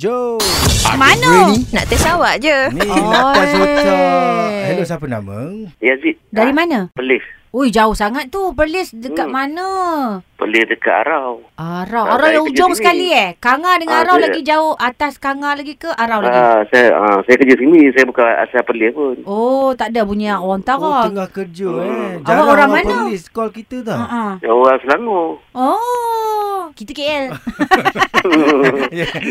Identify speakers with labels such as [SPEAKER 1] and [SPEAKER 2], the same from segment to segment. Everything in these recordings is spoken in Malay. [SPEAKER 1] Jom.
[SPEAKER 2] Mano Nak test awak je
[SPEAKER 1] Ni latas otak. Hello, siapa nama?
[SPEAKER 3] Yazid.
[SPEAKER 4] Dari
[SPEAKER 3] ha?
[SPEAKER 4] mana?
[SPEAKER 3] Perlis.
[SPEAKER 4] Ui jauh sangat tu Perlis dekat
[SPEAKER 3] Hmm.
[SPEAKER 4] mana?
[SPEAKER 3] Perlis dekat Arau.
[SPEAKER 4] Arau
[SPEAKER 3] Ah,
[SPEAKER 4] Arau
[SPEAKER 3] saya
[SPEAKER 4] yang
[SPEAKER 3] kerja
[SPEAKER 4] ujung
[SPEAKER 3] sini.
[SPEAKER 4] sekali eh Kanga dengan
[SPEAKER 3] Ah,
[SPEAKER 4] Arau
[SPEAKER 3] saya-
[SPEAKER 4] lagi jauh Atas Kanga lagi ke Arau lagi?
[SPEAKER 3] Ah, saya ah, saya kerja sini, saya bukan asal Perlis pun.
[SPEAKER 4] Oh tak ada bunyi yang orang
[SPEAKER 1] Oh,
[SPEAKER 4] tarap
[SPEAKER 1] tengah kerja eh.
[SPEAKER 3] Awak
[SPEAKER 1] Jarang
[SPEAKER 4] orang mana? Ah,
[SPEAKER 1] Polis call kita dah.
[SPEAKER 4] Ha-ha.
[SPEAKER 3] Saya orang Selangor.
[SPEAKER 4] Oh Kita KL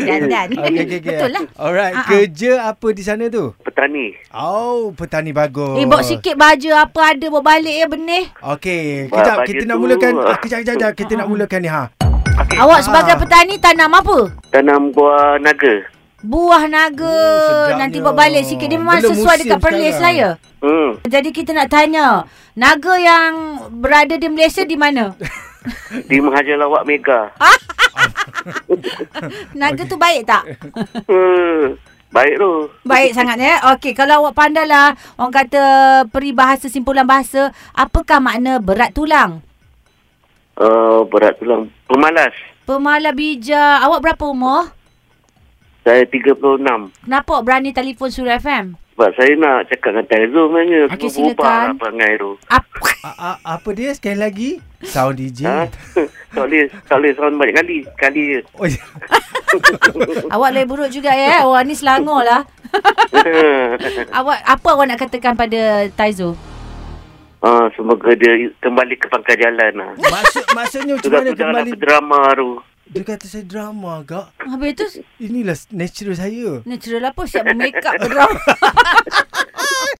[SPEAKER 4] Dan dan
[SPEAKER 1] Okay, okay, okay.
[SPEAKER 4] Betul lah
[SPEAKER 1] Alright,
[SPEAKER 4] Ah, ah.
[SPEAKER 1] kerja apa di sana tu?
[SPEAKER 3] Petani.
[SPEAKER 1] Oh, petani bagus.
[SPEAKER 4] Eh bawa sikit baja apa ada bawa balik ya benih
[SPEAKER 1] Okey,
[SPEAKER 3] Ba-
[SPEAKER 1] kejap
[SPEAKER 3] baju
[SPEAKER 1] kita nak
[SPEAKER 3] tu.
[SPEAKER 1] mulakan. Ah, kejap, kejap, kejap. Kita nak mulakan ni ha.
[SPEAKER 3] Okey.
[SPEAKER 4] Awak sebagai
[SPEAKER 1] Ah.
[SPEAKER 4] petani tanam apa?
[SPEAKER 3] Tanam buah naga.
[SPEAKER 4] Buah naga
[SPEAKER 1] Oh, sedapnya.
[SPEAKER 4] Nanti bawa balik sikit Dia memang
[SPEAKER 1] Belum
[SPEAKER 4] sesuai
[SPEAKER 1] musim
[SPEAKER 4] dekat Perlis lah
[SPEAKER 1] sekarang.
[SPEAKER 4] ya
[SPEAKER 3] Hmm.
[SPEAKER 4] Jadi kita nak tanya Naga yang berada di Malaysia di mana? Oh.
[SPEAKER 3] Di Mahaja Lawak Mega.
[SPEAKER 4] Ah. Naga tu baik tak?
[SPEAKER 3] Hmm. Baik tu.
[SPEAKER 4] Baik sangat ya. Okey, kalau awak pandailah orang kata peribahasa simpulan bahasa, apakah makna berat tulang?
[SPEAKER 3] Uh, berat tulang. Pemalas.
[SPEAKER 4] Pemala bija. Awak berapa umur?
[SPEAKER 3] Saya 36.
[SPEAKER 4] Kenapa awak berani telefon Suria FM?
[SPEAKER 3] Sebab saya nak cakap dengan Taizo sebenarnya.
[SPEAKER 4] Okey,
[SPEAKER 3] Sebab berubah
[SPEAKER 4] silakan. Hmm.
[SPEAKER 3] lah perangai tu.
[SPEAKER 4] Apa?
[SPEAKER 1] A- a- Ah, Apa dia sekali lagi? Sound DJ.
[SPEAKER 3] Ha? tak boleh, tak boleh sound banyak kali. Kali je.
[SPEAKER 1] Oh, ya.
[SPEAKER 4] awak lebih buruk juga ya. Orang ni Selangor lah. Awak apa awak nak katakan pada Taizo?
[SPEAKER 3] Ah, semoga dia kembali ke pangkal jalan lah.
[SPEAKER 1] Maksud, maksudnya macam
[SPEAKER 3] Sudah
[SPEAKER 1] mana
[SPEAKER 3] sudah
[SPEAKER 1] kembali?
[SPEAKER 3] nak berdrama tu.
[SPEAKER 1] Dia kata saya drama agak.
[SPEAKER 4] Habis tu lah
[SPEAKER 1] Inilah natural saya.
[SPEAKER 4] natural apa siap bermakeup berapa?